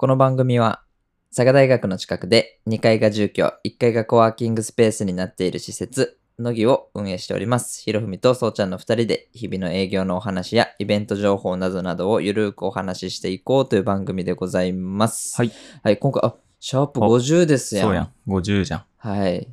この番組は佐賀大学の近くで2階が住居1階がコワーキングスペースになっている施設のぎを運営しておりますひろふみとそうちゃんの2人で日々の営業のお話やイベント情報などなどをゆるーくお話ししていこうという番組でございますはい、はい、今回あシャープ50ですやんそうやん。50じゃん。はい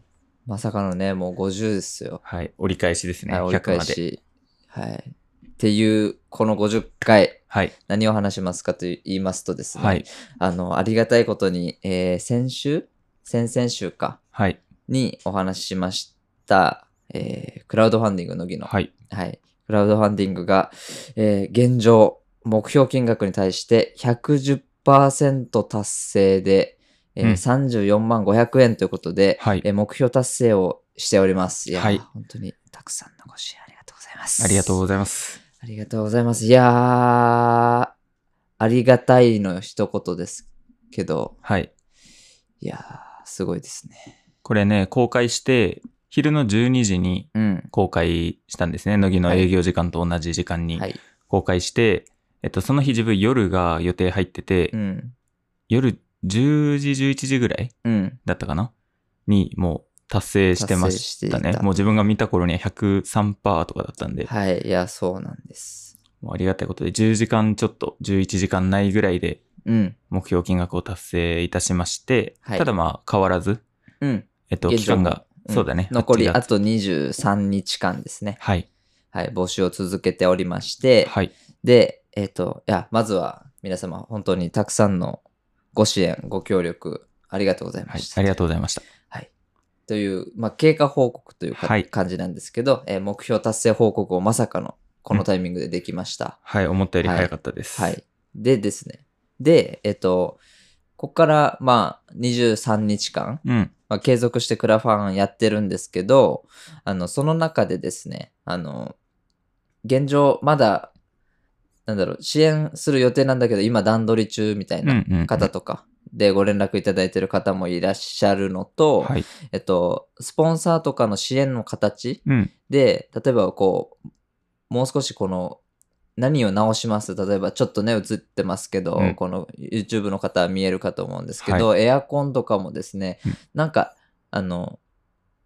まさかのねもう50ですよ、はい。折り返しですね。はい折り100返まで。しはいっていうこの50回はい。何を話しますかと言いますとですね、はい。あの、ありがたいことに、えー先週先々週かはい。にお話ししました、えークラウドファンディングの議の、はい。はい。クラウドファンディングが、えー現状、目標金額に対して110%達成で、えーうん34万500円ということで、はいえー目標達成をしております。いやー、はい本当にたくさんのご支援ありがとうございます。ありがとうございます。ありがとうございます。いやー、ありがたいの一言ですけど、はい。いやー、すごいですね。これね、公開して、昼の12時にうん。公開したんですね。乃木の営業時間と同じ時間にはい。公開して、えっと、その日自分夜が予定入ってて、うん。夜10時、11時ぐらいうん。だったかなに、もう達成してました達成してねいたもう自分が見た頃には103%とかだったんで、はい。いや、そうなんです。もうありがたいことで、10時間ちょっと、11時間ないぐらいでうん。目標金額を達成いたしまして、はいただまあ変わらず、うん。えっと、現状期間が、んそうだね。残り8あ月と23日間ですね。はい。はい。募集を続けておりまして、はい。で、えっ、と、いや、まずは皆様、本当にたくさんのご支援、ご協力、ありがとうございまはいし。た。ありがとうございました。という、まあ、経過報告というか、はい感じなんですけど、えー目標達成報告をまさかのこのタイミングでできました。はい。思ったより早かったです。はい。でですね。で、えっと、ここから、まあ、23日間、うん。まあ、継続してクラファンやってるんですけど、あの、その中でですね、あの、現状、まだ、なんだろう、支援する予定なんだけど、今段取り中みたいうん。うなんうん。方とか、でご連絡いただいてる方もいらっしゃるのと、はい。えっと、スポンサーとかの支援の形うん。で、例えばこう、もう少しこの、何を直します例えばちょっとね、映ってますけど、うんこの YouTube の方は見えるかと思うんですけど、エアコンとかもですね、うんなんか、あの、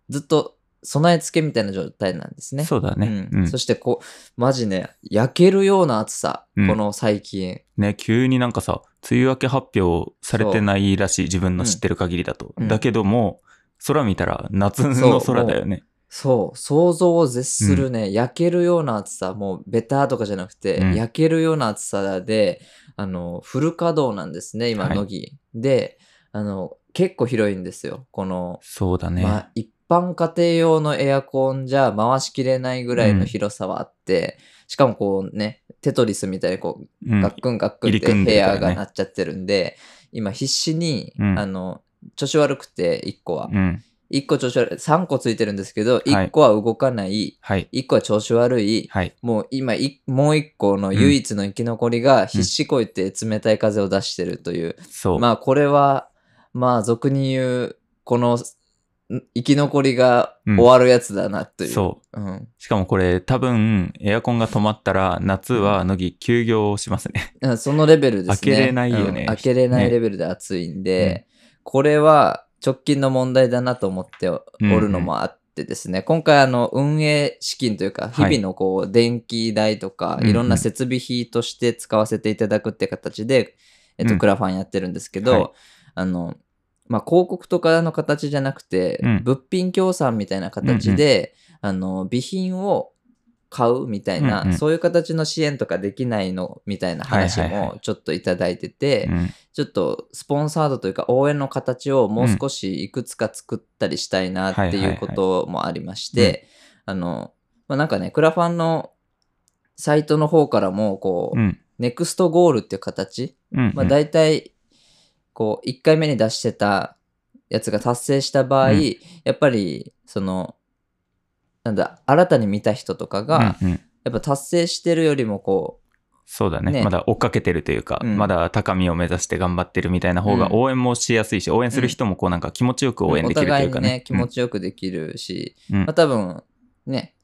ずっと備え付けみたいな状態なんですね。そうだね。ううんんそ。してこう、マジね、焼けるような暑さ、うんこの最近。ね、急になんかさ、梅雨明け発表されてないらしい。自分の知ってる限りだと。うんだけども、空見たら夏そのう空だよね。そう、想像を絶するね、焼けるような暑さ、もうベターとかじゃなくて、うん焼けるような暑さで、あの、フル稼働なんですね、今、はい乃木。で、あの、結構広いんですよ。この、そうだね。まあ、一般家庭用のエアコンじゃ回しきれないぐらいの広さはあって、しかもこうね、テトリスみたいにこう、うんガックンガックンっ入り組てん部でるから屋がねなっちゃってるんで、今必死に、うんあの、調子悪くて、一個は。うん。 1個調子悪い3個ついてるんですけどい1個は動かない、はい。 1個は調子悪いはい。もう今いもう1個の唯一の生き残りが必死こいて冷たい風を出してるという、そう。まあこれはまあ俗に言うこのん生き残りが終わるやつだなという、そう。うんしかもこれ多分エアコンが止まったら夏は乃木休業しますね。 うんそのレベルですね開けれないよねうん開けれないねレベルで暑いんで、これは直近の問題だなと思っておうんうんおるのもあってですね、今回あの運営資金というか日はい々のこう電気代とかうんうんいろんな設備費として使わせていただくって形で、えっうと、んクラファンやってるんですけど、はいあのまあ、広告とかの形じゃなくて、うん物品協賛みたいな形で、あの備品を買うみたいな、うんうんそういう形の支援とかできないのみたいな話はいはいはもちょっといただいてて、うんちょっとスポンサードというか応援の形をもう少しいくつか作ったりしたいなっていうこともありましうんはいはて、あの、まあ、なんかね、クラファンのサイトの方からも、こう、うんネクストゴールっていう形、うんまあ、大体こう1回目に出してたやつが達成した場合、うんやっぱりそのなんだ新たに見た人とかが、やうんうんっぱ達成してるよりもこそうだねねまだ追っかけてるというか、うんまだ高みを目指して頑張ってるみたいな方うんが応援もしやすいし、応援する人もこうなんか気持ちよくう応援おできると互いいうかにね。ね気持ちよくできるし、うんまあ、多分ね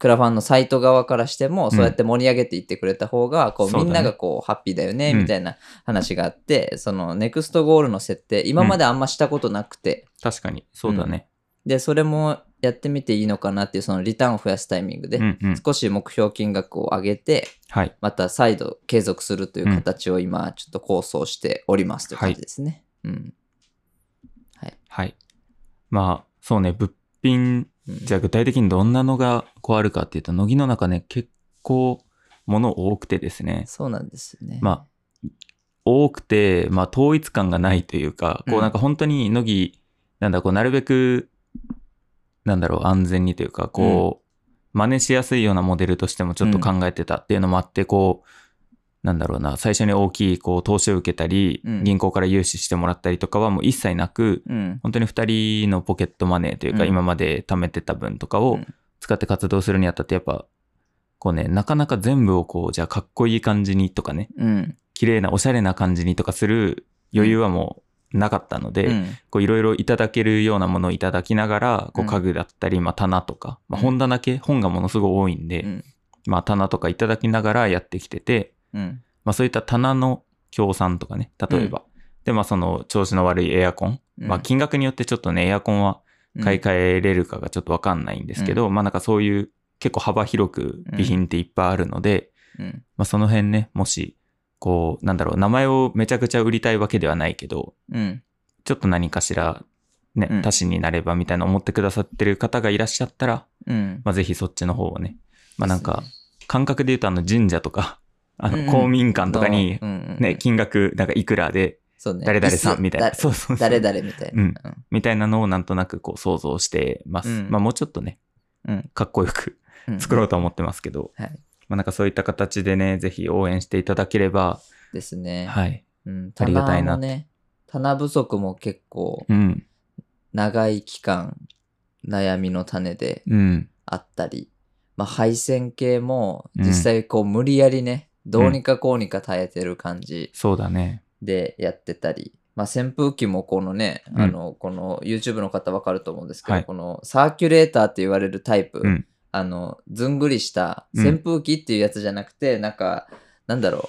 クラファンのサイト側からしても、んそうやって盛り上げていってくれた方が、こう、そうみだねんながこう、ハッピーだよね、うんみたいな話があって、その、ネクストゴールの設定、今まであんましたことなくて、確かに、そうだね。で、それもやってみていいのかなっていう、その、リターンを増やすタイミングで、うんうん。少し目標金額を上げて、はい。また再度継続するという形を今、ちょっと構想しておりますという感じですね。うん。はい。まあ、そうね、物品、じゃあ具体的にどんなのがこうあるかっていうと、乃木の中ね、結構、もの多くてですね。そうなんですね。まあ、多くて、まあ、統一感がないというか、こううんなんか本当に乃木、なんだ、こう、なるべく、なんだろう、安全にというか、こう、真似しやすいようなモデルとしてもちょっと考えてたっていうのもあって、こう、なんだろうな、最初に大きい、こう、投資を受けたり、うん銀行から融資してもらったりとかはもう一切なく、うん。本当に2人のポケットマネーというか、うん今まで貯めてた分とかうをん使って活動するにあたってやっぱこうねなかなか全部をこうじゃあかっこいい感じにとかねうん。綺麗なおしゃれな感じにとかする余裕はもうなかったので、うんこういろいろいただけるようなものをいただきながらこううん家具だったり、まあ、棚とか、まあ、うん本棚系、本がものすごい多いんで、うんまあ、棚とかいただきながらやってきてて、うん。まあ、そういった棚の協賛とかね例えば、でまあその調子の悪いエアコン、まあ、金額によってちょっとねエアコンは買い替えれるかがちょっとわかんないんですけど、まあなんかそういう結構幅広く備品っていっぱいあるので、うん。まあその辺ね、もし、こう、なんだろう、名前をめちゃくちゃ売りたいわけではないけど、うん。ちょっと何かしら、うねん、足しになればみたいな思ってくださってる方がいらっしゃったら、うん。まあぜひそっちの方をね、まあなんかで、感覚で言うとあの神社とか、あうんうのん公民館とかに、うんうんうんね、金額、なんかいくらで、そうね誰々さんみたいな、椅子そうそうそだう。誰々みたいな。うんみたいなのをなんとなくこう想像してます。うんまあもうちょっとね、うんかっこよくうん作ろうと思ってますけど、はいまあなんかそういった形でね、ぜひ応援していただければ、ですね。はい。うんありがたいな棚もね。棚不足も結構うん、長い期間悩みの種でうん、あったり、まあ、配線系も実際こう無理やりね、どうにかこうにか耐えてる感じそうだね。でやってたり、まあ、扇風機もこのね、うんあのこの YouTube の方わかると思うんですけど、はいこのサーキュレーターって言われるタイプ、うんあのずんぐりしたうん扇風機っていうやつじゃなくて、なんかなんだろ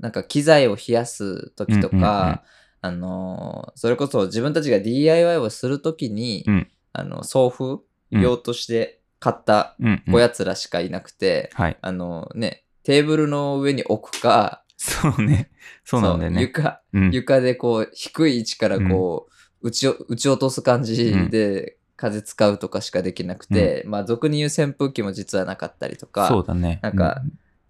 うなんか機材を冷やす時とか、うんうんうんあのそれこそ自分たちが DIY をする時に、うんあの送風用として買ったうん、うんおやつらしかいなくて、はい。あのねテーブルの上に置くかそうね。そうなんだよそうね。床うん、床でこう低い位置からこう、打ちお打ち落とす感じで風使うとかしかできなくて、まあ俗に言う扇風機も実はなかったりとかそうだね。なんか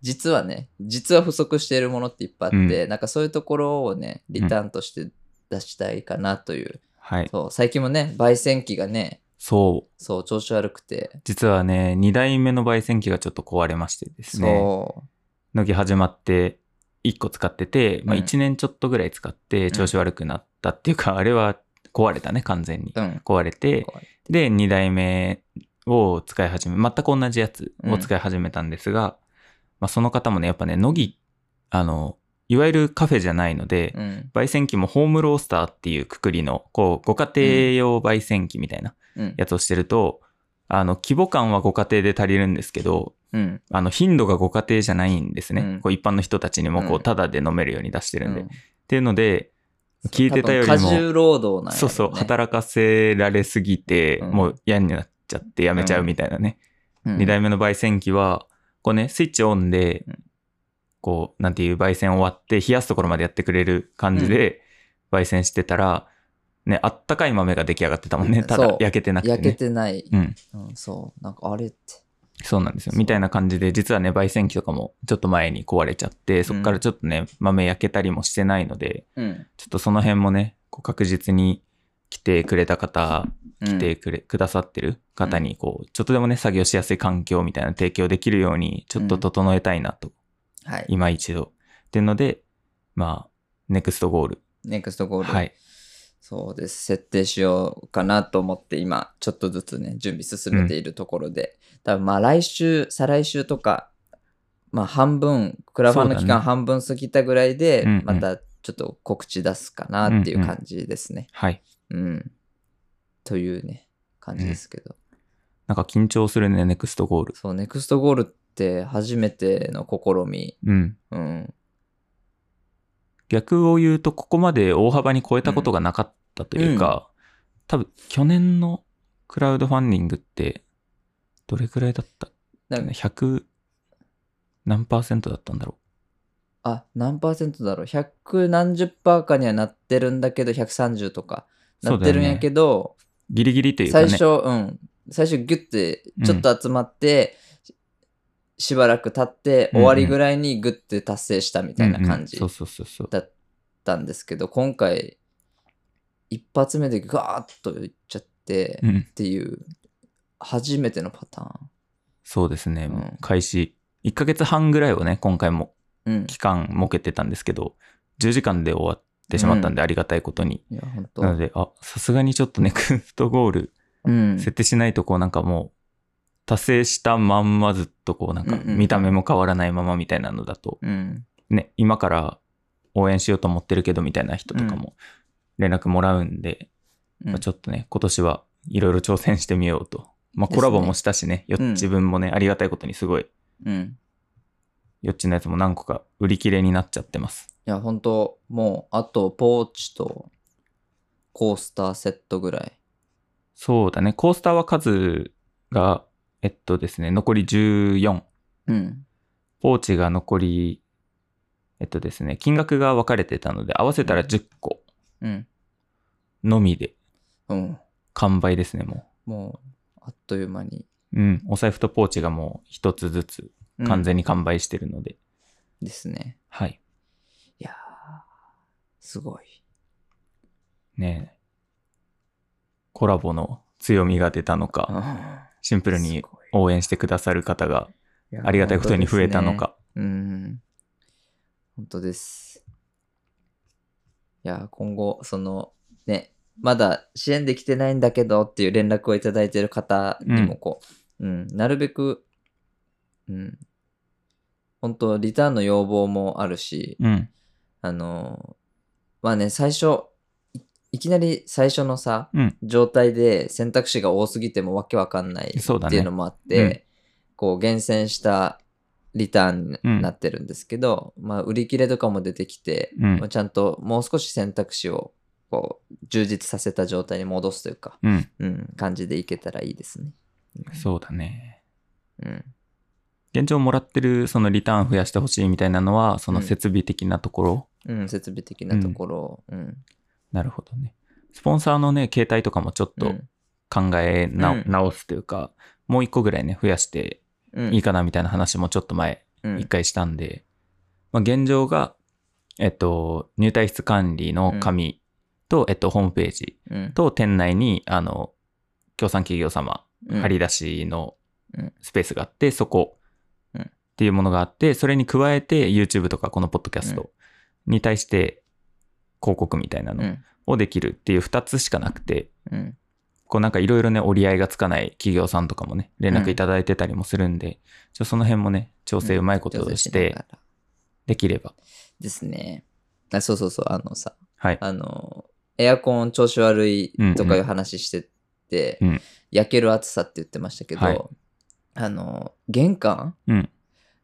実はね実は不足しているものっていっぱいあって、なんかそういうところをねリターンとして出したいかなという,、はい。そう最近もね焙煎機がねそう。そう調子悪くて、実はね、2台目の焙煎機がちょっと壊れましてですね。そ乃木始まって1個使ってて、まあうん1年ちょっとぐらい使って調子悪くなったっていうか、あれは壊れたね、完全に。ううん壊れて、怖いで、2代目を使い始め、全く同じやつを使い始めたんですが、まあ、その方もね、やっぱね、乃木、あの、いわゆるカフェじゃないので、うん焙煎機もホームロースターっていうくくりの、こう、ご家庭用焙煎機みたいなうんやつをしてると、あの、規模感はご家庭で足りるんですけど、うんあの、頻度がご家庭じゃないんですね。うんこう一般の人たちにも、こうう、んタダで飲めるように出してるんで。うっんていうので、聞いてたよりも多分過重労働なんやろねそうそう、働かせられすぎて、うんもう嫌になっちゃってやめちゃうみたいなね。うん二2台目の焙煎機は、こうね、スイッチオンでうん、こう、なんていう、焙煎終わって、冷やすところまでやってくれる感じで、焙煎してたら、ね、あったかい豆が出来上がってたもんね。たそうだ、焼けてなくて、ね。焼けてない、うん。うん、そう、なんかあれって。そうなんですよ。そうみたいな感じで、実はね、焙煎機とかもちょっと前に壊れちゃって、そこからちょっとね、豆焼けたりもしてないので、うん。ちょっとその辺もね、こう確実に来てくれた方、来てくれ、くださってる方に、こう、ちょっとでもね、作業しやすい環境みたいなの提供できるように、ちょっと整えたいなと、はい。今一度。っていうので、まあ、ネクストゴール。ネクストゴール。はい。そうです。設定しようかなと思って、今、ちょっとずつね、準備進めているところで。多分まあ、来週、再来週とか、まあ、半分、クラファンの期そうだ間ね半分過ぎたぐらいで、うんうんまたちょっと告知出すかなっていう感じですね。はい。うん。というね、感じですけど。なんか緊張するね、ネクストゴール。そう、ネクストゴールって初めての試み。うん。うん。逆を言うと、ここまで大幅に超えたことがなかったというか、多分去年のクラウドファンディングって、どれくらいだったっなけね ?100 何パーセントだったんだろあ、何パーセントだろう。100何十パーかにはなってるんだけど、130とか。う。そなうっだてよるんやね。けど、ギリギリというかね。最初、うん。最初ギュッて、ちょっと集まって、ししばらく経って、うん終うんわりぐらいにグッて達成したみたいな感じうんうんそうそうそうそう。だったんですけど、今回、一発目でガーッといっちゃって、うっん、ていう、初めてのパターそうですね。うん開始1ヶ月半ぐらいをね、今回もン。うん。期間設けてたんですけど、10時間で終わってしまったんで、ありがたいことに。いや、本なの当。で、あ、さすがにちょっとネクストゴールうん。設定しないと、こうなんかもう、達成したまんまずっとこうなんかうんうん見た目も変わらないままみたいなのだと、うん。ね、今から応援しようと思ってるけどみたいな人とかも連絡もらうんで、うんまあちょっとね、今年はいろいろ挑戦してみようと。まあですねコラボもしたしね、ようん自分もね、ありがたいことにすごい、うん。よっちのやつも何個か売り切れになっちゃってます。いや、本当もう、あと、ポーチと、コースターセットぐらい。そうだね、コースターは数が、えっとですね、残り14。うん。ポーチが残り、えっとですね、金額が分かれてたので、合わせたら10個うん。のみでうん。完売ですね、ももう、あっという間に。う。うん、お財布とポーチがもう一つずつうん完全に完売してるので、ですね。はい。いやー、すごい。ねえコラボの強みが出たのか、あシンプルに応援してくださる方がありがたいことに増えたの。か。いやうん。本当です。いやー、今後、その、ね、まだ支援できてないんだけどっていう連絡をいただいてる方にもこう、うん、なるべく、うん、本当リターンの要望もあるし、うん、あのーまあね、最初、いいきなり最初のさ、うん、状態で選択肢が多すぎてもわけわかんないそうだってねいうのもあって、うんこう厳選したリターンになってるんですけど、まあ売り切れとかも出てきて、うんまあ、ちゃんともう少し選択肢をこう充実させた状態に戻すというか、うん、うん、感じでいけたらいいですね。そうだね。うん、現状もらってるそのリターン増やしてほしいみたいなのはその設備的なところ、うん、設備的なところ、うん、なるほどねスポンサーのね携帯とかもちょっうとん考えな、うん直すというかもう一個ぐらいね増やしてうん、いいかなみたいな話もちょっと前うん一回したんで、まあ、現状がえっと入退室管理の紙と、えっとホームページうん、と店内にあの協賛企業様うん張り出しのうんスペースがあって、そこうんっていうものがあって、それに加えて YouTube とかこのポッドキャストに対して広告みたいなうのん、をできるっていう2つしかなくて、うん、こうなんかいろいろね、折り合いがつかない企業さんとかもね、連絡いただいてたりもするんで、ちょその辺もね、調整うまいことを調し整なてがらできれば。ですね。あ、そうそうそう、あのさ、はい。あの、エアコン調子悪いとかいう話してて、うんうん焼ける暑さって言ってましたけど、はいあの、玄関うん。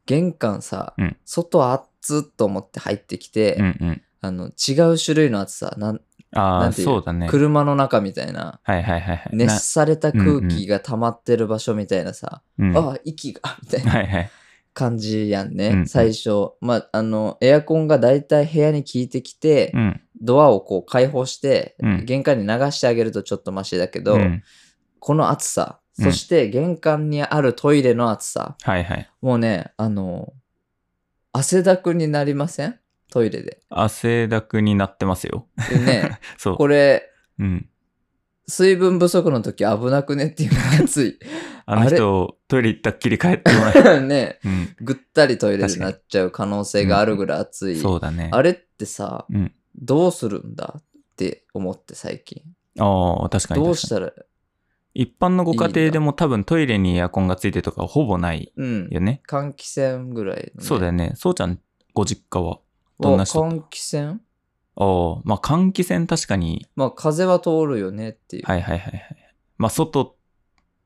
玄関さ、うん外暑っと思って入ってきて、うんうん。あの違う種類の暑さなん、あなあ、んていうそうだね。車の中みたいなはいはいはいはい。熱された空うんうん気が溜まってる場所みたいなさ、なうんああ息がみたいなはいはい。感じやんね、うんうん最初まああのエアコンがだいたい部屋に効いてきて、うん。ドアをこう開放して、うん玄関に流してあげるとちょっとマシだけど、うんこの暑さ、うんそして玄関にあるトイレの暑さ、はいはい。もうね、あの、汗だくになりませんトイレで。汗だくになってますよ。 でね、そう。これ、うん。水分不足の時危なくねっていうぐらい暑 い。あの人、トイレ行ったっきり帰ってこ ない。ね、うん。ぐったりトイレでなっちゃう可能性があるぐらい暑い。そうだね。あれってさ、うん。どうするんだって思って最近。ああ、確かに確かに。どうしたら、一般のご家いい庭んだでも多分トイレにエアコンがついてとかほぼないうん。よね。換気扇ぐらいの、ね。そうだよね。そうちゃん、ご実家はどどんんなな人だ換気扇ああ、まあ換気扇確かに。まあ風は通るよねっていう。はいはいはいはい。まあ外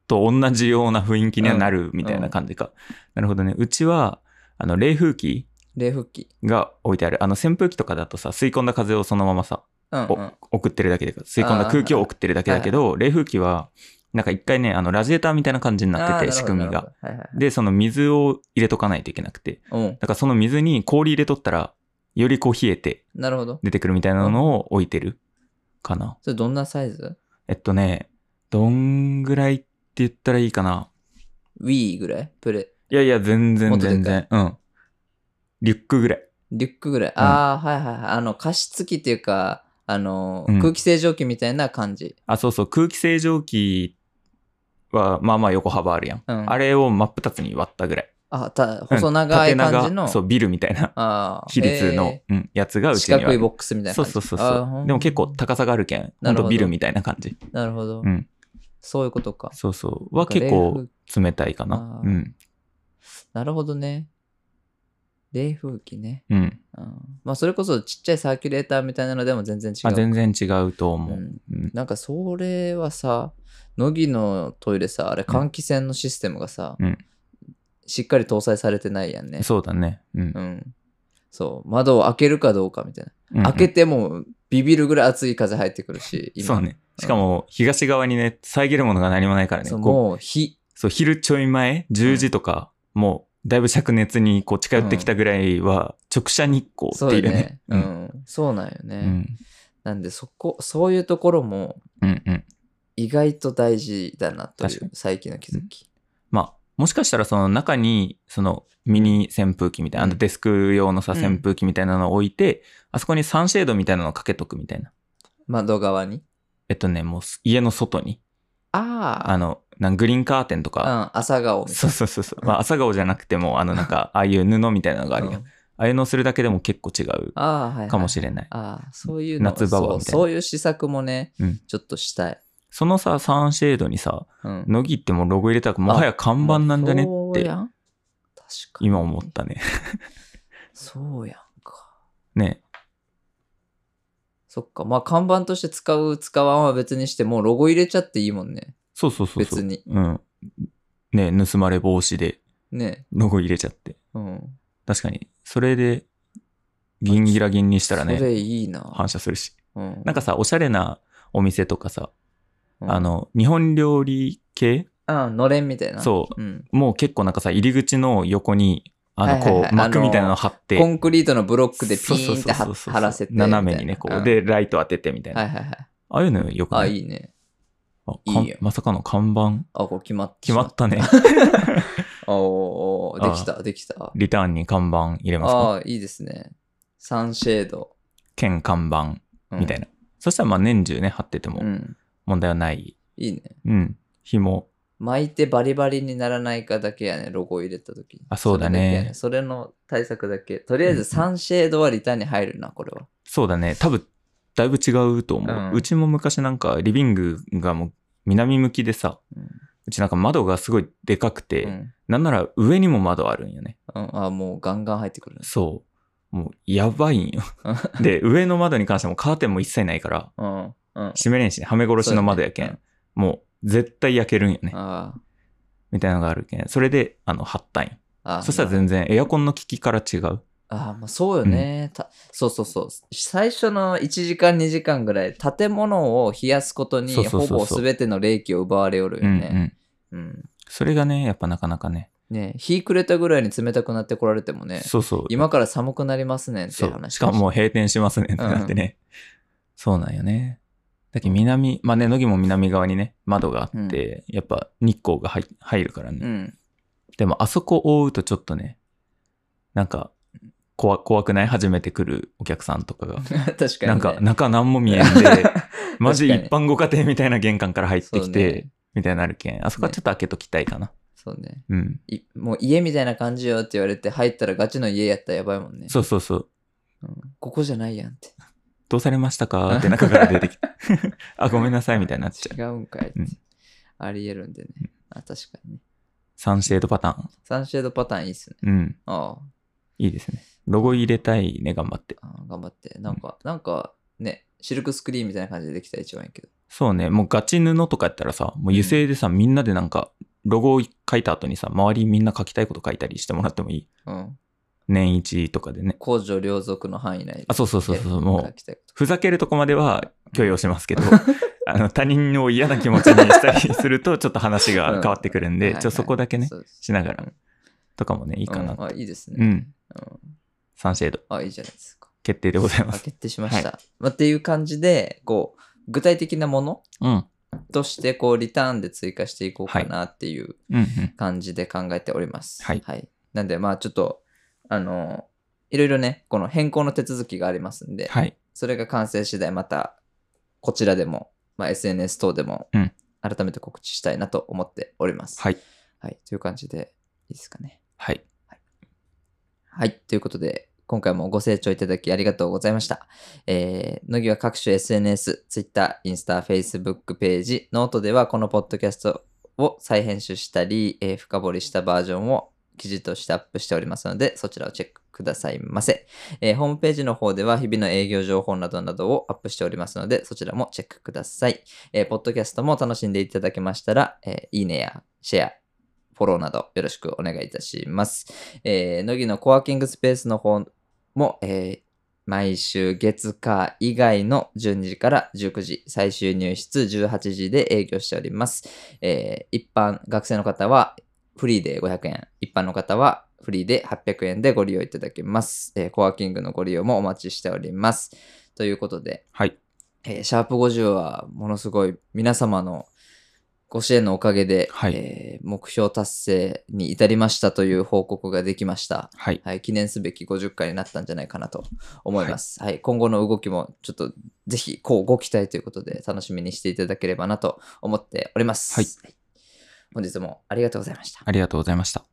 と同じような雰囲気にはなるみたいな感じか。なるほどね。うちは、あの、冷風機冷風機。が置いてある。あの、扇風機とかだとさ、吸い込んだ風をそのままさ、うん、うん。おは送ってるだけで、吸い込んだ空気を送ってるだけだけど、冷風機は、なんか一回ね、あの、ラジエーターみたいな感じになってて、仕組みが。。はいはい。で、その水を入れとかないといけなくて。うん。だからその水に氷入れとったら、よりこう冷えてなるほど。出てくるみたいなのを置いてるかな。それどんなサイズえっとね、どんぐらいって言ったらいいかな。 ?Wii ぐらいプレ、いやいや、全然もっとでかい全然。うん。リュックぐらい。リュックぐらい。ああ、はいはいはい。あの、加湿器っていうか、あの、うん空気清浄機みたいな感じ。あ、そうそう、空気清浄機は、まあまあ横幅あるやん。うんあれを真っ二つに割ったぐらい。あ、た、うん細長い感じの。そう、ビルみたいなああ。比率の、へうんやつがーうち四にはあ角いるボックスみたいなそ感うじ。そうそうあーそほう。んでも結構高さがあるけん、なほんるほどとビルみたいな感じ。なるほどう。ん。そういうことか。そうそう。なはんか冷結風構冷たいかなあ。うーん。なるほどね。冷風機ね。うん。うんまあ、それこそちっちゃいサーキュレーターみたいなのでも全然違う。あ、全然違うと思うう。んうん。なんかそれはさ、乃木のトイレさ、あれ換気扇のシステムがさ、うんしっかり搭載されてないやんね。そうだね。うんう。ん。そう、窓を開けるかどうかみたいな。うん開けてもビビるぐらい熱い風入ってくるし、そうね。しかも、東側にね、遮るものが何もないからね。そうこうもう火、そう、昼ちょい前、10時とか、もう、だいぶ灼熱にこう近寄ってきたぐらいは、直射日光そうっていようねね。。う。ん、そうなんよね。うん。なんでそこ、そういうところもうんうん。意外と大事だなとい確かう最近の気づき。まあ、もしかしたらその中に、そのミニ扇風機みたいな、うんあのデスク用のさ、うん扇風機みたいなのを置いて、あそこにサンシェードみたいなのをかけとくみたいな。窓側に。えっとね、もう家の外に、ああの、なんグリーンカーテンとあ、か、うん、朝顔みたいそうそうそうそう、まあ朝顔じゃなくても、あのなんか、ああいう布みたいなのがあな。るやん。うんああいうのをするだけでも結構違うああ、はい、はい。かもしれない。ああ、そういうの夏場はそうみたいなそういう施策もね、うんちょっとしたい。そのさ、サンシェードにさ、うん。乃木ってもうロゴ入れたらもはや看板なんじゃねっそうてや、ん確かに。今思ったね。そうやんか。ね。そっか。まあ、看板として使う、使わんは別にして、もうロゴ入れちゃっていいもんね。そうそうそうそ別う。に。うん。ね、盗まれ防止でね。ロゴ入れちゃって。うん。確かに。それで、ギンギラギンにしたらそね、れいいな。反射するし。うんなんかさ、おしゃれなお店とかさ、うんあ、の、日本料理系うん、のれんみたいな。。そううん。もう結構なんかさ、入り口の横に、あの、はいはいこ、はいう幕みたいなの貼って、コンクリートのブロックでピそうそーうンそっうてそうはそう貼らせて。斜めにね、こう、で、ライト当ててみたみいたいな。あなうんはいはいはい。あいうのよくあ、ないいね。あかいいよまさかの看板、あ、これ決まって決まったね。た。おーおー、できた、できた。 リターンに看板入れますかああ、いいですね。サンシェード。兼看板うんみたいな。そしたらまあ年中ね、貼っててうもん。問題はない。いいね。うん。紐。巻いてバリバリにならないかだけやね、ロゴ入れたとき。あそうだねれけやそれの対策だけ。とりあえうんずうんサンシェードはリターンに入るな、これは。そうだね。多分、だいぶ違うと思う。ううんちも昔なんか、リビングがもう南向きでさ、うんうちなんか窓がすごいでかくて、うん。なんなら上にも窓あるんよね。うんあもうガンガン入ってくるね。そう。もう、やばいん よ。で、上の窓に関してもカーテンも一切ないから、うん。うん。閉めれんしね、はめ殺しの窓やけん。そうだねもう、絶対焼けるんよね。あみたいなのがあるけん。それで、あの、貼ったんよ。あ。そしたら然。全然エアコンの効きから違う。ああ、まあそうよね、た。そうそうそう。最初の1時間、2時間ぐらい、建物を冷やすことにそうそうほそうそうぼ全ての冷気を奪われおるようんうね。ん。うん。それがね、やっぱなかなかね。ね日暮れたぐらいに冷たくなってこられてもね、そうそう。今から寒くなりますねんってそいうう。話。しかももう閉店しますねってなってね。そうなんよね。だけど南、まあね、乃木も南側にね、窓があって、やっぱ日光が入入るからね。うん。 でもあそこを覆うとちょっとね、なんか、怖怖くない初めて来るお客さんとかが。確かに、ね。なんか中何も見えん で、マジ確かに一般ご家庭みたいな玄関から入ってそきうて、ねみたいになるけん。あそこはちょっと開けときたいかな。そうね。うん。いもう家みたいな感じよって言われて入ったらガチの家やったらやばいもんね。そうそうそう。うんここじゃないやんって。どうされました かって中から出てきて。あ、ごめんなさいみたいになっちゃう。違うんかいって。うんありえるんでね。あ、確かにね。サンシェードパターン。サンシェードパターンいいっすね。うん。あいいですね。ロゴ入れたいね、頑張って。あ、ああ頑張って。なんか、なんかね、シルクスクリーンみたいな感じでできたら一番いいけど。そうね、もうガチ布とかやったらさ、もう油性でさ、みんなでなんか、ロゴを書いた後にさ、周りみんな書きたいこと書いたりしてもらってもいい。うん。年一とかでね。公序良俗の範囲内で。あ、そうそうそうそう、も書う、きたいこふざけるとこまでは許容しますけど、 あの、他人を嫌な気持ちにしたりすると、ちょっと話が変わってくるんとで、はいはいちょ、そこだけね、そうですしながらうんとかもね、いいかなうんあ、いいですうね。ん。サンシェード、うん。あ、いいじゃないですか。決定でございまあ、す。決定しました。まあっていう感じで、こう、具体的なものうん。うんとして、こう、リターンで追加していこうかなっていううん。感じで考えております。はいなんで、まあちょっと、あの、いろいろね、この変更の手続きがありますんで、はい。それが完成次第、また、こちらでも、まあ、SNS 等でもうん、改めて告知したいなと思っております。はい。はい。という感じで、いいですかね。はい。はい。ということで、今回もご清聴いただきありがとうございました。えー、乃木は各種 SNS、Twitter、インスタ、Facebook ページ、ノートではこのポッドキャストを再編集したり、えー深掘りしたバージョンを記事としてアップしておりますので、そちらをチェックくださいませ。えーホームページの方では日々の営業情報などなどをアップしておりますので、そちらもチェックください。えーポッドキャストも楽しんでいただけましたら、えーいいねやシェア、フォローなどよろしくお願いいたします。えー、乃木のコワーキングスペースの方も、えー毎週月火以外の12時から19時、最終入室18時で営業しております。えー一般、学生の方はフリーで500円、一般の方はフリーで800円でご利用いただけます。えーコワーキングのご利用もお待ちしております。ということで、はい。えーシャープ50はものすごい皆様のご支援のおかげで、はいえー目標達成に至りましたという報告ができました。はい。はい、記念すべき50回になったんじゃないかなと思います。はい、今後の動きもちょっとぜひこうご期待ということで楽しみにしていただければなと思っております。はい本日もありがとうございました。ありがとうございました。